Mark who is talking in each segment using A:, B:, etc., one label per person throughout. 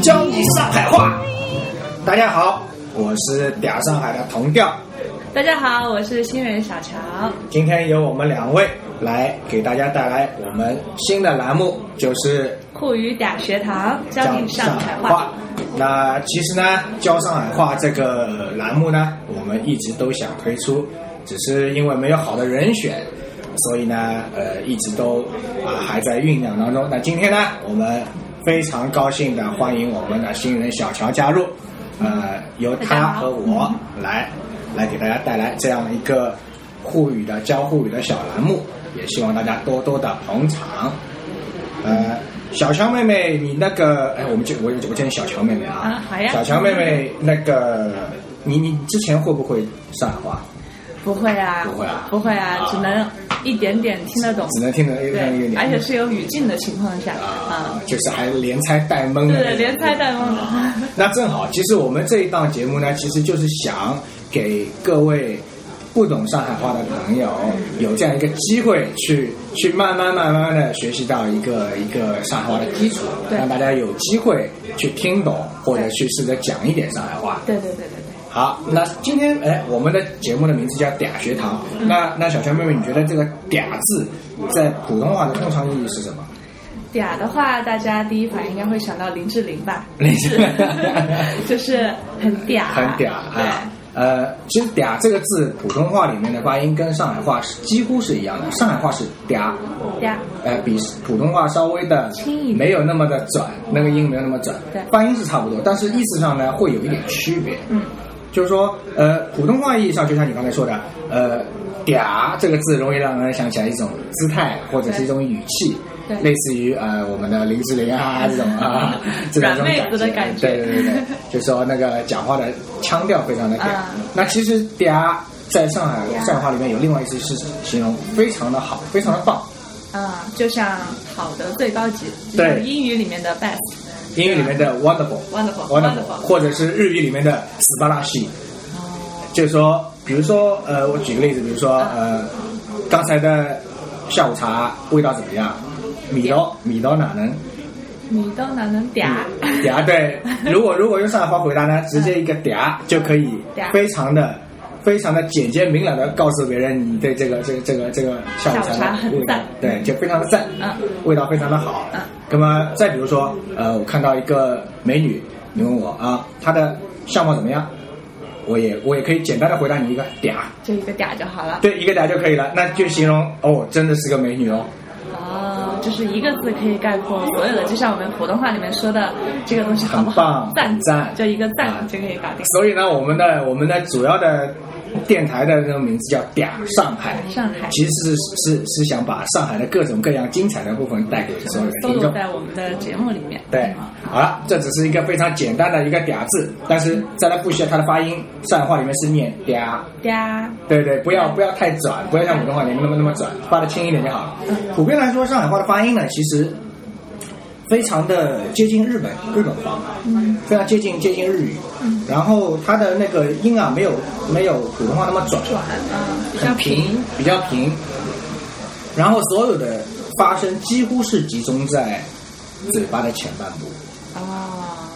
A: 教你上海话。大家好，我是嗲上海的童调，
B: 大家好，我是新人小乔。
A: 今天由我们两位来给大家带来我们新的栏目，就是
B: 酷语嗲学堂教
A: 讲
B: 你
A: 上
B: 上
A: 海
B: 海话。。
A: 那其实呢，教上海话这个栏目呢，我们一直都想推出，只是因为没有好的人选，所以呢，呃，一直都啊、还在酝酿当中。那今天呢，我们非常高兴的欢迎我们的新人小乔加入，呃，由他和我来来给大家带来这样一个沪语的教沪语的小栏目，也希望大家多多的捧场。呃，小乔妹妹，你那个，哎，我们就我我叫你小乔妹妹啊。
B: 啊好呀
A: 小乔妹妹，那个，你你之前会不会上海话？
B: 不会啊，
A: 不会啊
B: 不会啊
A: 啊，
B: 只能一点点听得懂。
A: 只能听得一
B: 对
A: 点一，点。
B: 而且是有语境的情况下
A: 啊
B: 啊，，
A: 就是还连猜带蒙的那
B: 对对，
A: 种。
B: 连猜带蒙
A: 啊。那正好，其实我们这一档节目呢，其实就是想给各位不懂上海话的朋友有这样一个机会去，去慢慢慢慢的学习到一个一个上海话的基础，
B: 对
A: 让大家有机会去听懂或者去试着讲一点上海话。
B: 对对对对对，
A: 好，那今天哎，我们的节目的名字叫“嗲学堂”。那那小乔妹妹，你觉得这个“嗲”字在普通话的通常意义是什么？
B: 嗲的话，大家第一反应应该会想到林志玲 吧？
A: 林志玲
B: 就是很嗲，
A: 很嗲
B: 对
A: 啊。呃，其实“嗲”这个字，普通话里面的发音跟上海话是几乎是一样的。上海话是“嗲”，
B: 嗲，
A: 呃，比普通话稍微的
B: 轻一点
A: 没有那么的转，那个音没有那么转
B: 对，
A: 发音是差不多，但是意思上呢会有一点区别。
B: 嗯，
A: 就是说，呃，普通话意义上，就像你刚才说的，呃，嗲这个字容易让人想起来一种姿态或者是一种语气
B: 对，
A: 类似于呃我们的林志玲啊这种 啊，这种
B: 软妹子的
A: 感
B: 感觉
A: 对对对对，就说那个讲话的腔调非常的嗲。
B: 啊
A: 那其实嗲在上海
B: 嗲
A: 上海话里面有另外一句是形容非常的好，非常的棒。
B: 啊，就像好的最高级，就
A: 对
B: 像英语里面的 best。
A: 英语里面的 wonderful
B: Wonderful，wonderful
A: 或者是日语里面的斯巴拉西，
B: 哦，
A: 就是说，比如说，呃，我举个例子，比如
B: 啊
A: 说，呃，刚才的下午茶味道怎么样？米到米到哪能？
B: 你都哪能嗲？
A: 嗯嗲对。如果如果用上海话回答呢，直接一个嗲就可以
B: 嗲，
A: 非常的非常的简洁明了的告诉别人你对这个这个这个这个下午
B: 下午茶
A: 茶的
B: 很
A: 味道
B: 赞，
A: 对，就非常的赞，
B: 嗯
A: 味道非常的好。
B: 嗯
A: 那么再比如说，呃，我看到一个美女，你问我啊，她的相貌怎么样？我也我也可以简单的回答你一个嗲，
B: 就一个嗲就好了。
A: 对，一个嗲就可以了，那就形容哦，真的是个美女哦。
B: 哦，就是一个字可以概括所有的，就像我们普通话里面说的这个东西好不
A: 很棒
B: 好？赞
A: 很赞
B: 就一个
A: 啊
B: 赞就可以搞定。
A: 所以呢，我们的我们的主要的电台的那个名字叫“嗲上海”，
B: 上海
A: 其实是是是想把上海的各种各样精彩的部分带给所有的
B: 搜
A: 听
B: 罗
A: 众。
B: 在我们的节目里面。
A: 对，好了，这只是一个非常简单的一个“嗲”字，但是再来复习一下它的发音，上海话里面是念“嗲
B: 嗲，”，
A: 对对，不要不要太转，不要像普通话里面那么那么转，发的轻一点就好了。
B: 嗯
A: 普遍来说，上海话的发音呢，其实非常的接近日本日本话。
B: 嗯
A: 非常接近接近日语，
B: 嗯
A: 然后它的那个音啊，没有没有普通话那么转，
B: 转啊，比较
A: 很
B: 平，
A: 比较平。然后所有的发声几乎是集中在嘴巴的前半部，
B: 啊，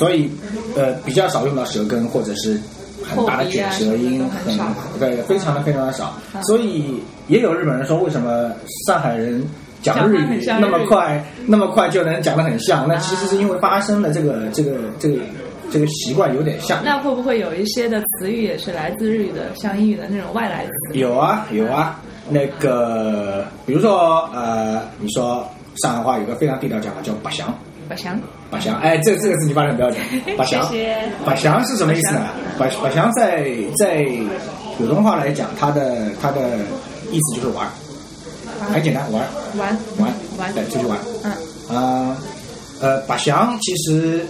A: 所以呃比较少用到舌根或者是很大的卷舌音，
B: 后鼻啊什么都很少
A: 对，非常的非常的少。
B: 嗯
A: 所以也有日本人说，为什么上海人讲日
B: 讲话
A: 语
B: 很像
A: 那么
B: 日语啊
A: 快，那么快就能讲得很像？那其实是因为发声的这个这个这个这个习惯有点像。
B: 那会不会有一些的词语也是来自日语的，像英语的那种外来词？
A: 有啊有啊，那个比如说呃，你说上海话有个非常地道讲法叫“把翔
B: 我想，”，
A: 把翔，哎，这这个字你发的很标准，把翔
B: 谢谢，
A: 把翔是什么意思呢？把把翔在在普通话来讲，它的它的意思就是玩儿，很简单，玩儿
B: 玩
A: 玩儿
B: 玩
A: 对，，出去玩儿。
B: 嗯，
A: 啊，呃，把翔其实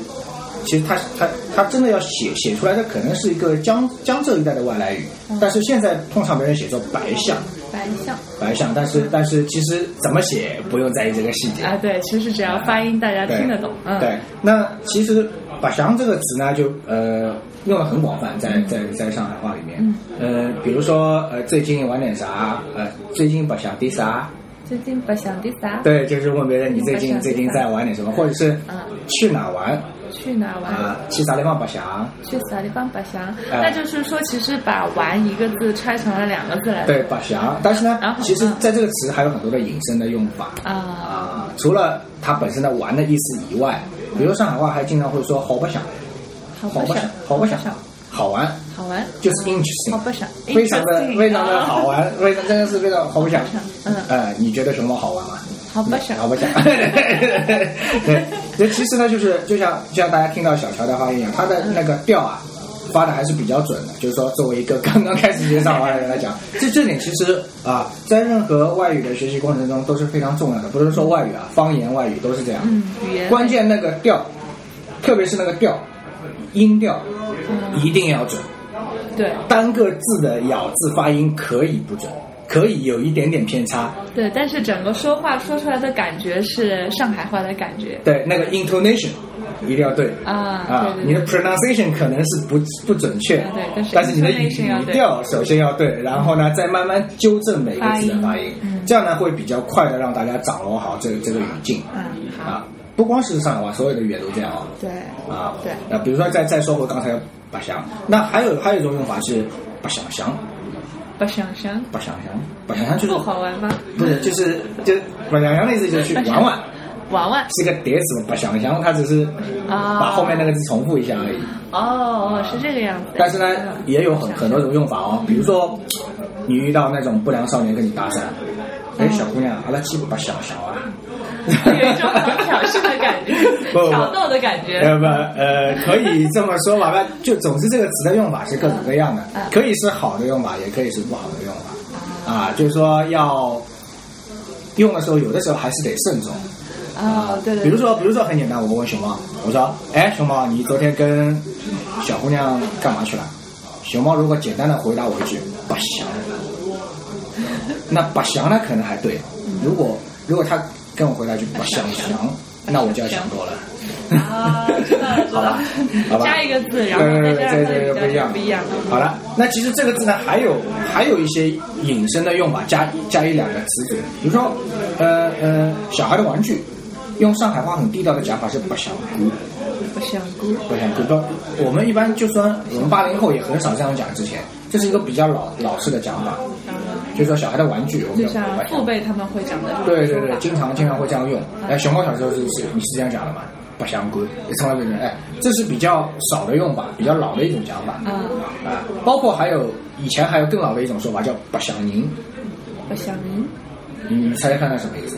A: 其实他他他真的要写写出来的，可能是一个江江浙一带的外来语，但是现在通常被人写作白象，
B: 白象
A: 白象，但是但是其实怎么写不用在意这个细节，
B: 啊，对，其实只要发音大家
A: 对
B: 听得懂，嗯，
A: 对，那其实“把翔”这个词呢，就呃用的很广泛，
B: 嗯
A: 在在在上海话里面，呃，比如说呃最近玩点啥，呃最近把翔的啥，
B: 嗯最近不想的啥？
A: 对，就是问别人你最近
B: 嗯
A: 最近在玩点什么，或者是
B: 嗯
A: 去哪玩
B: 去哪玩？
A: 啊？去啥地方白相？
B: 去啥地方白相？
A: 哎
B: 那就是说，其实把“玩”一个字拆成了两个字来。
A: 对，白相。但是呢
B: 然后，呢嗯
A: 其实在这个词还有很多的引申的用法
B: 啊，
A: 啊，除了它本身的玩的意思以外，比如上海话还经常会说好白相，
B: 好
A: 好
B: 不
A: 白
B: 想
A: 相，，好白相
B: 想，，
A: 好玩，
B: 好玩，
A: 就是
B: 好
A: interesting。
B: 不想，
A: 非常的
B: interesting 啊
A: 非常的好。啊玩，非常真的是非常好不想
B: 想。嗯
A: 呃，你觉得熊猫好玩吗？
B: 好不想，
A: 好不 想。对，那其实呢，就是就像就像大家听到小乔的话一样，他的那个调啊，发的还是比较准的。就是说，作为一个刚刚开始学上玩的人来讲， 这这点其实啊，在任何外语的学习过程中都是非常重要的。不是说外语啊，方言外语都是这样。
B: 嗯，语言
A: 关键那个调，特别是那个调，音调
B: 嗯
A: 一定要准。
B: 对
A: 单个字的咬字发音可以不准，可以有一点点偏差。
B: 对，但是整个说话说出来的感觉是上海话的感觉
A: 对，那个 intonation 一定要对。
B: 啊
A: 啊，，
B: 对
A: 你
B: 对
A: 的 pronunciation 可能是不不准确
B: 啊对但是，
A: 但是你的语
B: intonation 要对
A: 调首先要对，然后呢，再慢慢纠正每个字的发音
B: 发音嗯，
A: 这样呢会比较快的让大家掌握好这个这个语境
B: 对，嗯，好
A: 啊，。不光是上海话，所有的语言都这样啊。
B: 对
A: 啊，
B: 对
A: 那比如说再再说回刚才的白相，那还有还有一种用法是白相相，
B: 不想想，
A: 白相相，白相相就是
B: 不好玩吗？
A: 不是就是就是白相相的意思就是去玩玩，
B: 玩玩
A: 是个叠词，白相相它只是
B: 啊，
A: 把后面那个字重复一下而已。
B: 哦，是这个样子。
A: 但是呢，也有很很多种用法哦。比如说，你遇到那种不良少年跟你搭讪，哎，小姑娘，阿拉欺负把小小啊，，
B: 嗯 有一种很挑衅的感觉
A: 不不
B: 挑逗的感觉。
A: 呃不呃，可以这么说吧。那就总之这个词的用法是各种各样的
B: 嗯，
A: 可以是好的用法，也可以是不好的用法啊。就是说要用的时候，有的时候还是得慎重。
B: 哦，对对，
A: 比如说，比如说很简单，我问熊猫，我说，哎，熊猫，你昨天跟小姑娘干嘛去了？熊猫如果简单的回答我一句“不祥”，那“不祥”呢可能还对，如果如果他跟我回答一句“不祥祥”，那我就要想多了。
B: 啊，知道了知道
A: 好吧
B: 了，
A: 好吧
B: 加一个字，然后
A: 对
B: 再
A: 对对
B: 加上
A: 对
B: 字
A: 对，
B: 比较
A: 不一样
B: 不一样。。
A: 好了，那其实这个字呢，还有还有一些引申的用法，加加一两个词组，比如说，呃呃，小孩的玩具，用上海话很地道的讲法是“不祥姑”。
B: 不想姑，
A: 我想知道，我们一般就算我们八零后也很少这样讲。之前这是一个比较老老式的讲法，就是说小孩的玩具，我们
B: 就
A: 叫
B: 像父辈他们会讲的。
A: 对对对，经常经常会这样用。哎，熊猫小时候是是你是这样讲的吗？不相关，也从来没有人。哎，这是比较少的用法，比较老的一种讲法
B: 啊，
A: 啊。包括还有以前还有更老的一种说法叫“不相宁
B: 不想您，”，
A: 你猜猜看看什么意思？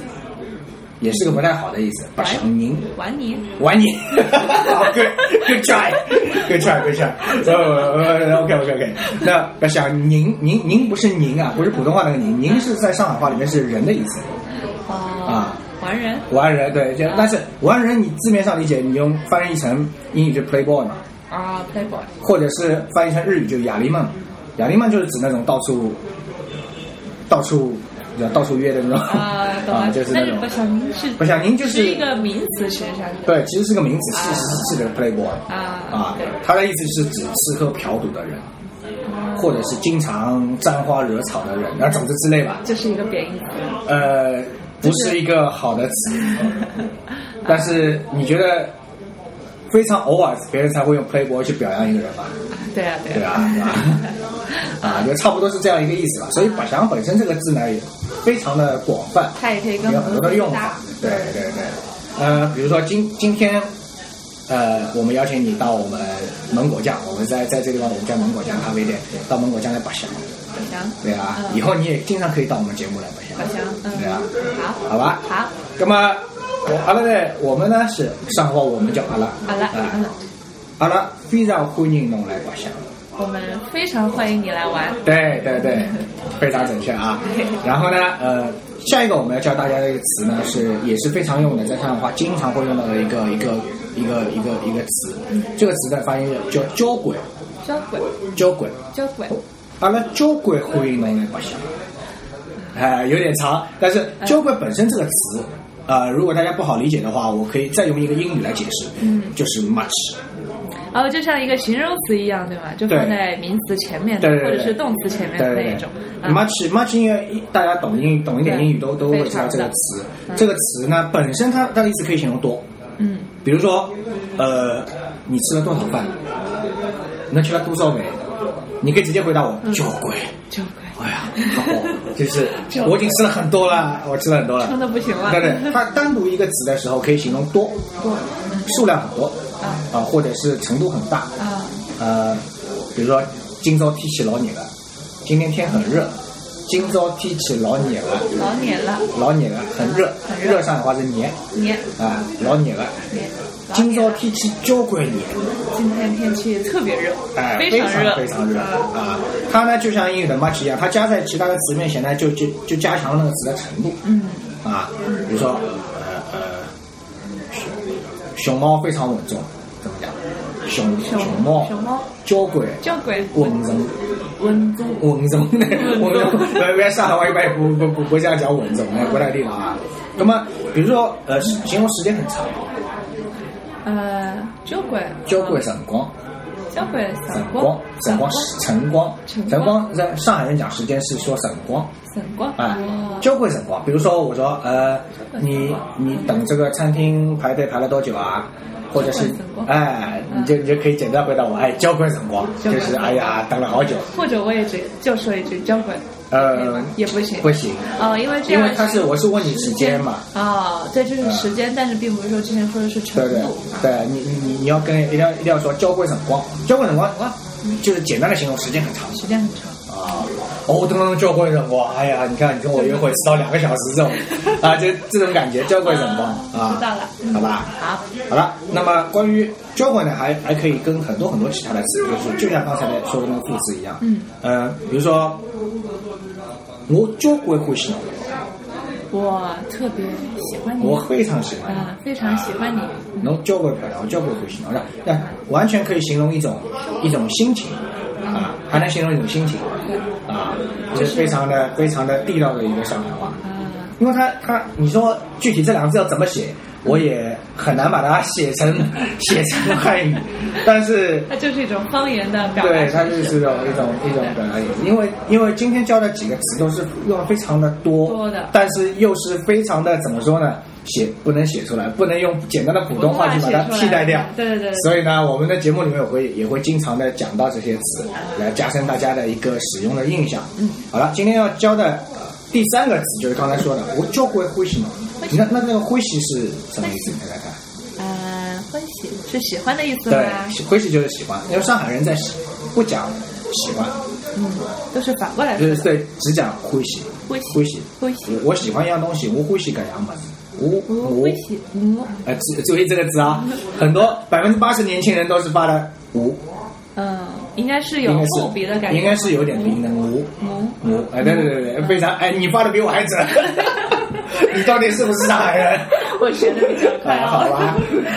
A: 也是个不太好的意思，“不相宁”。
B: 玩你，
A: 玩你，good good try，good try，good try，呃呃，OK OK OK，那要想您您您不是您啊，不是普通话那个您，您是在上海话里面是人的意思，
B: 哦
A: 啊，
B: 玩人，
A: 玩人对，
B: 啊
A: 就但是玩人你字面上理解，你用翻译成英语就 playboy 嘛，
B: 啊，playboy，
A: 或者是翻译成日语就雅丽梦，雅丽梦就是指那种到处到处到处约的那种
B: 啊，懂
A: 啊
B: 了。
A: 就是
B: 但是
A: 那种
B: 不想您是
A: 不想您就是
B: 是一个名词，实际上是
A: 对，其实是个名词，是是是个 playboy
B: 啊
A: 啊，
B: 对，
A: 他的意思是指吃喝嫖赌的人。
B: 哦
A: 或者是经常沾花惹草的人，那总之之类吧。
B: 这是一个贬义词。
A: 呃，不是一个好的词， 但是你觉得非常偶尔别人才会用 playboy 去表扬一个人吧？
B: 对啊，
A: 对
B: 对
A: 啊，对吧？啊，就差不多是这样一个意思吧。所以“百祥”本身这个字呢，也非常的广泛，
B: 它也可以跟
A: 有很多的用法
B: 搭。
A: 对对对，呃，比如说今今天，呃，我们邀请你到我们芒果酱，我们在在这地方我们叫芒果酱咖啡店，到芒果酱来把香，
B: 不想，
A: 对啊，
B: 嗯
A: 以后你也经常可以到我们节目来把香
B: 不，想，
A: 对啊，
B: 嗯，好，
A: 好吧？
B: 好，
A: 那么我阿拉呢，我们呢是上海话，我们叫阿拉，
B: 好了，
A: 啊
B: 嗯，
A: 阿拉非常欢迎侬来把香。
B: 我们非常欢迎你来玩。
A: 对对对，非常准确啊。 然后呢，呃，下一个我们要教大家的一个词呢，是也是非常用的，在上海话经常会用到的一个一个一个一个一个词。这个词的发音叫交关，
B: 交滚，
A: 交关。
B: 交滚，
A: 阿拉交关欢迎侬来白相。哎，有点长，但是
B: 嗯
A: “交关”本身这个词，呃，如果大家不好理解的话，我可以再用一个英语来解释，
B: 嗯
A: 就是 much，
B: 然后哦就像一个形容词一样，对吧？就放在名词前面的，
A: 对对
B: 或
A: 对
B: 者是动词前面的嗯
A: 对
B: 那
A: 对
B: 一
A: 对
B: 种。啊
A: much much 因为大家懂英懂一点英语都都会知道这个词
B: 非常的。嗯
A: 这个词呢本身它它的意思可以形容多，
B: 嗯，
A: 比如说，呃，你吃了多少饭？侬吃了多少饭？你可以直接回答我，
B: 嗯
A: 交关。
B: 交关，
A: 哎呀，好，就是我已经吃了很多了，我吃了很多 了，
B: 撑的不行了。
A: 对对，它单独一个词的时候可以形容多，
B: 多
A: 数量很多，
B: 啊
A: 啊、或者是程度很大，
B: 啊，
A: 呃，比如说今朝天气老热了，今天天很热，今朝天气老热了，
B: 老年了，
A: 老热了，很热，
B: 很热
A: 热上海话是热
B: 年
A: 啊，老热了，
B: 年。老
A: 今朝天气交关热，
B: 今天天气特别热，
A: 哎，非
B: 常
A: 常非常热
B: 啊
A: 啊！它呢就像英语的 much 一样，它加在其他的词面前呢，就就就加强了那个词的程度
B: 嗯，
A: 啊。比如说，呃呃，熊熊猫非常稳重，怎么讲？熊
B: 熊
A: 猫
B: 熊猫
A: 交关
B: 交关
A: 稳重。
B: 温宗
A: 稳重的，稳重，呃不要上海话一般不不不不这样讲稳重，哎，不太地道啊。那么，比如说，呃，形容时间很长，
B: 呃，交关
A: 交关辰光，
B: 交关
A: 辰
B: 辰
A: 光
B: 光，
A: 辰光，辰光，
B: 辰
A: 辰
B: 光
A: 光，在上海人讲时间是说辰光，
B: 辰光
A: 啊
B: 哇，
A: 交关辰光。比如说，我说，呃，
B: 交关辰光
A: 你你等这个餐厅排队排了多久啊？或者是
B: 交关辰，光
A: 哎，你就你就可以简单回答我，哎，交关辰光，
B: 交
A: 就
B: 关
A: 是
B: 辰光
A: 哎呀，等了好久，
B: 或者我也只就说一句交关，可以
A: 呃
B: 吗，也不行，
A: 不行，
B: 哦，因为这
A: 因
B: 样
A: 为它是我是问你时间嘛。
B: 哦，对，这是时间，但是并不是说之前说的是程
A: 对不对
B: 度，？
A: 对你你你你要跟一定要一定要说交关辰光，交关辰光
B: 嗯
A: 就是简单的形容时间很长
B: 时间很长，
A: 啊。哦，等等，交关辰光，哎呀，你看你跟我约会迟到两个小时这 种啊，就这种感觉，交关辰光啊，
B: 啊知道了嗯
A: 好吧？
B: 好，
A: 好了，那么关于交换呢，还还可以跟很多很多其他的词，就是就像刚才说的那个副词一样，
B: 嗯，
A: 呃，比如说我交关欢喜侬，
B: 我特别喜欢你，
A: 我嗯非常喜欢你。
B: 啊，非常喜欢你，
A: 侬交关漂亮，交关欢喜侬，那那完全可以形容一种一种心情啊，还能形容一种心情啊，这是非常的非常的地道的一个上海话。
B: 啊，
A: 因为它它，你说具体这两个字要怎么写，我也很难把它写成 写成汉语，但是
B: 它就是一种方言的表达
A: 对
B: 形式，
A: 它就是一种一种一种表达语，因为因为今天教的几个词都是用的非常的多，
B: 多的
A: 但是又是非常的怎么说呢？写不能写出来，不能用简单的普通话去把它替代掉。
B: 对对对
A: 所以呢，我们的节目里面也会也会经常的讲到这些词，来加深大家的一个使用的印象。嗯，好了，今天要教的呃第三个词就是刚才说的，我教会欢喜嘛。那那那个欢喜是什么意思？大家看，
B: 呃，欢喜是喜欢的意思吗？
A: 对，欢喜就是喜欢，因为上海人在喜不讲喜欢，
B: 嗯，都是反过来
A: 就
B: 说
A: 是
B: 的。
A: 对只讲欢喜，
B: 欢喜
A: 欢喜，
B: 欢喜，
A: 我喜欢一样东西，我欢喜搿样物事，我
B: 我
A: 我
B: 欢喜，我
A: 呃，注注意这个字啊，很多百分之八十年轻人都是发的无，
B: 嗯，应该是有
A: 应该
B: 后鼻的感
A: 是
B: 觉，
A: 应该是有点鼻音无
B: 嗯
A: 无，哎，对对对对，非常哎，你发的比我还准， 你到底是不是上海人？
B: 我学的比较快
A: 哎，
B: 哦。
A: 好吧，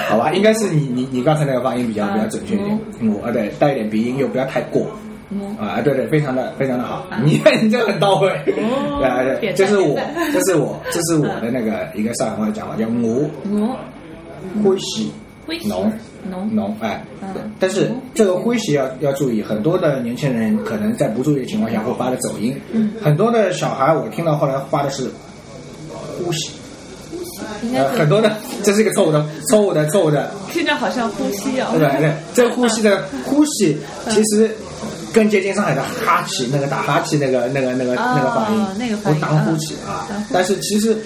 A: 好吧，应该是你你你刚才那个发音比较比较准确一点
B: 啊，
A: 我啊对，带一点鼻音又不要太过，
B: 嗯，
A: 啊，对对，非常的非常的好，你你这个很到位，
B: 啊哦
A: 对啊对，
B: 点赞
A: 这是我
B: 点赞
A: 这是 我这是我的那个一个上海话讲法，叫我
B: 我
A: 欢喜
B: 欢喜
A: 侬
B: 侬
A: 侬哎
B: 嗯，
A: 但是这个欢喜要要注意，很多的年轻人可能在不注意的情况下会发的走音，
B: 嗯
A: 很多的小孩我听到后来发的是呼吸，
B: 应该
A: 呃，
B: 是
A: 很多的这是一个错误的错误的错误的，
B: 听着好像呼吸哦
A: 对。吧？对，这个呼吸的
B: 嗯
A: 呼吸其实。更接近上海的哈气，那个打哈气，那个那个那个那个发音，
B: 哦那个发
A: 我
B: 音
A: 当呼
B: 嗯
A: 气啊
B: 当呼气。
A: 但是其实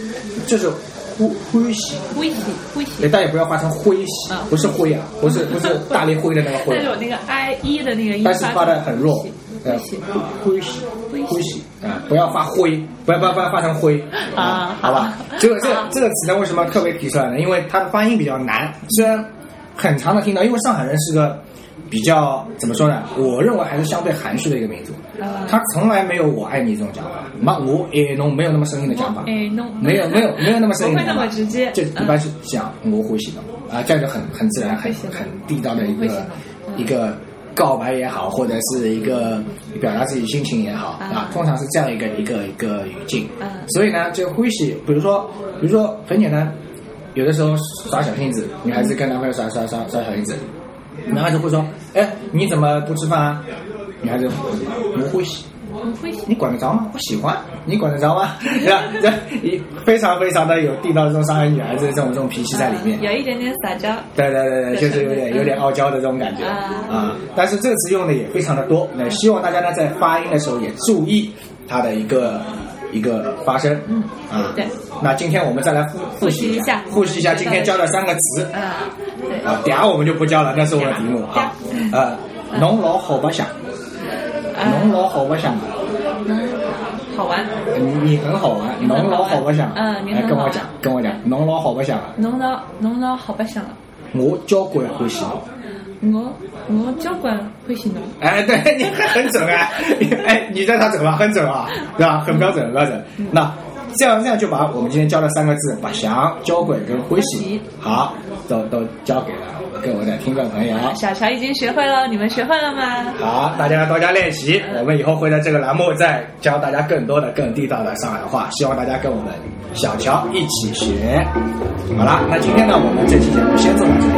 A: 就是呼呼吸，
B: 欢喜欢
A: 也
B: 喜，
A: 但也不要发成灰喜
B: 啊，
A: 不是灰啊，不是不是大力灰的那个灰
B: 但，是我那个 i 一的那个音
A: 但是发的很弱
B: 欢喜，
A: 呃
B: 欢喜，
A: 灰喜
B: 灰喜
A: 灰喜啊，不要发灰，不要不要不要发成灰
B: 啊
A: 好吧？这个这个这个词呢，为什么特别提出来呢？因为它的发音比较难，虽然很常的听到，因为上海人是个。比较怎么说呢？我认为还是相对含蓄的一个民族
B: 啊，
A: 他从来没有“我爱你”这种讲法，那我爱侬没有那么生硬的讲法，
B: 哎侬
A: 没有没有没有那么生硬的讲
B: 不会那
A: 法，
B: 么直接嗯
A: 就一般是讲我欢喜侬啊，这样就很很自然、
B: 会
A: 很
B: 喜欢
A: 很地道的一
B: 会喜
A: 个
B: 欢
A: 一个告白也好，或者是一个表达自己心情也好啊
B: 啊，
A: 通常是这样一个一个一个语境
B: 嗯。
A: 所以呢，这个欢喜，比如说比如说很简单，有的时候耍小性子，女孩子跟男朋友耍耍耍耍小性子，
B: 嗯
A: 男孩子会说：“哎，你怎么不吃饭啊？”女孩子：“我欢喜。”
B: 我会写
A: 你管得着吗？不喜欢，你管得着吗？ 对吧？这非常非常的有地道这种上海女孩子的这种这种脾气在里面。
B: 有一点点撒娇。
A: 对对啊对对，就是有点有点傲娇的这种感觉
B: 啊
A: 啊。嗯但是这个词用的也非常的多，那希望大家呢在发音的时候也注意它的一个一个发声。嗯啊，
B: 对。
A: 那今天我们再来复
B: 复
A: 复习
B: 习一下
A: 复习一下今天教的三个词
B: 啊，对，
A: 啊，嗲我们就不教了，那是我们题目啊。呃，侬老好白相，侬
B: 啊，
A: 老好白相，
B: 好玩。
A: 你你很好玩，侬老好白相。
B: 嗯你
A: 来
B: 很
A: 跟我
B: 好
A: 讲，跟我讲，侬老好白相啊，
B: 侬老侬老好白相了，
A: 我交关欢喜侬。
B: 我我交关欢喜侬。
A: 哎，对你很准 啊！哎，你在他准吧，很准啊，对吧？很标准，很标准。那这样这样就把我们今天教的三个字“把翔”、“交轨”跟“欢喜”好都都交给了我跟我的听众朋友。
B: 小乔已经学会了，你们学会了吗？
A: 好，大家多加练习，我们以后会在这个栏目再教大家更多的、更地道的上海话，希望大家跟我们小乔一起学。好啦，那今天呢，我们这期节目先做到这里。
B: 哦
A: 哎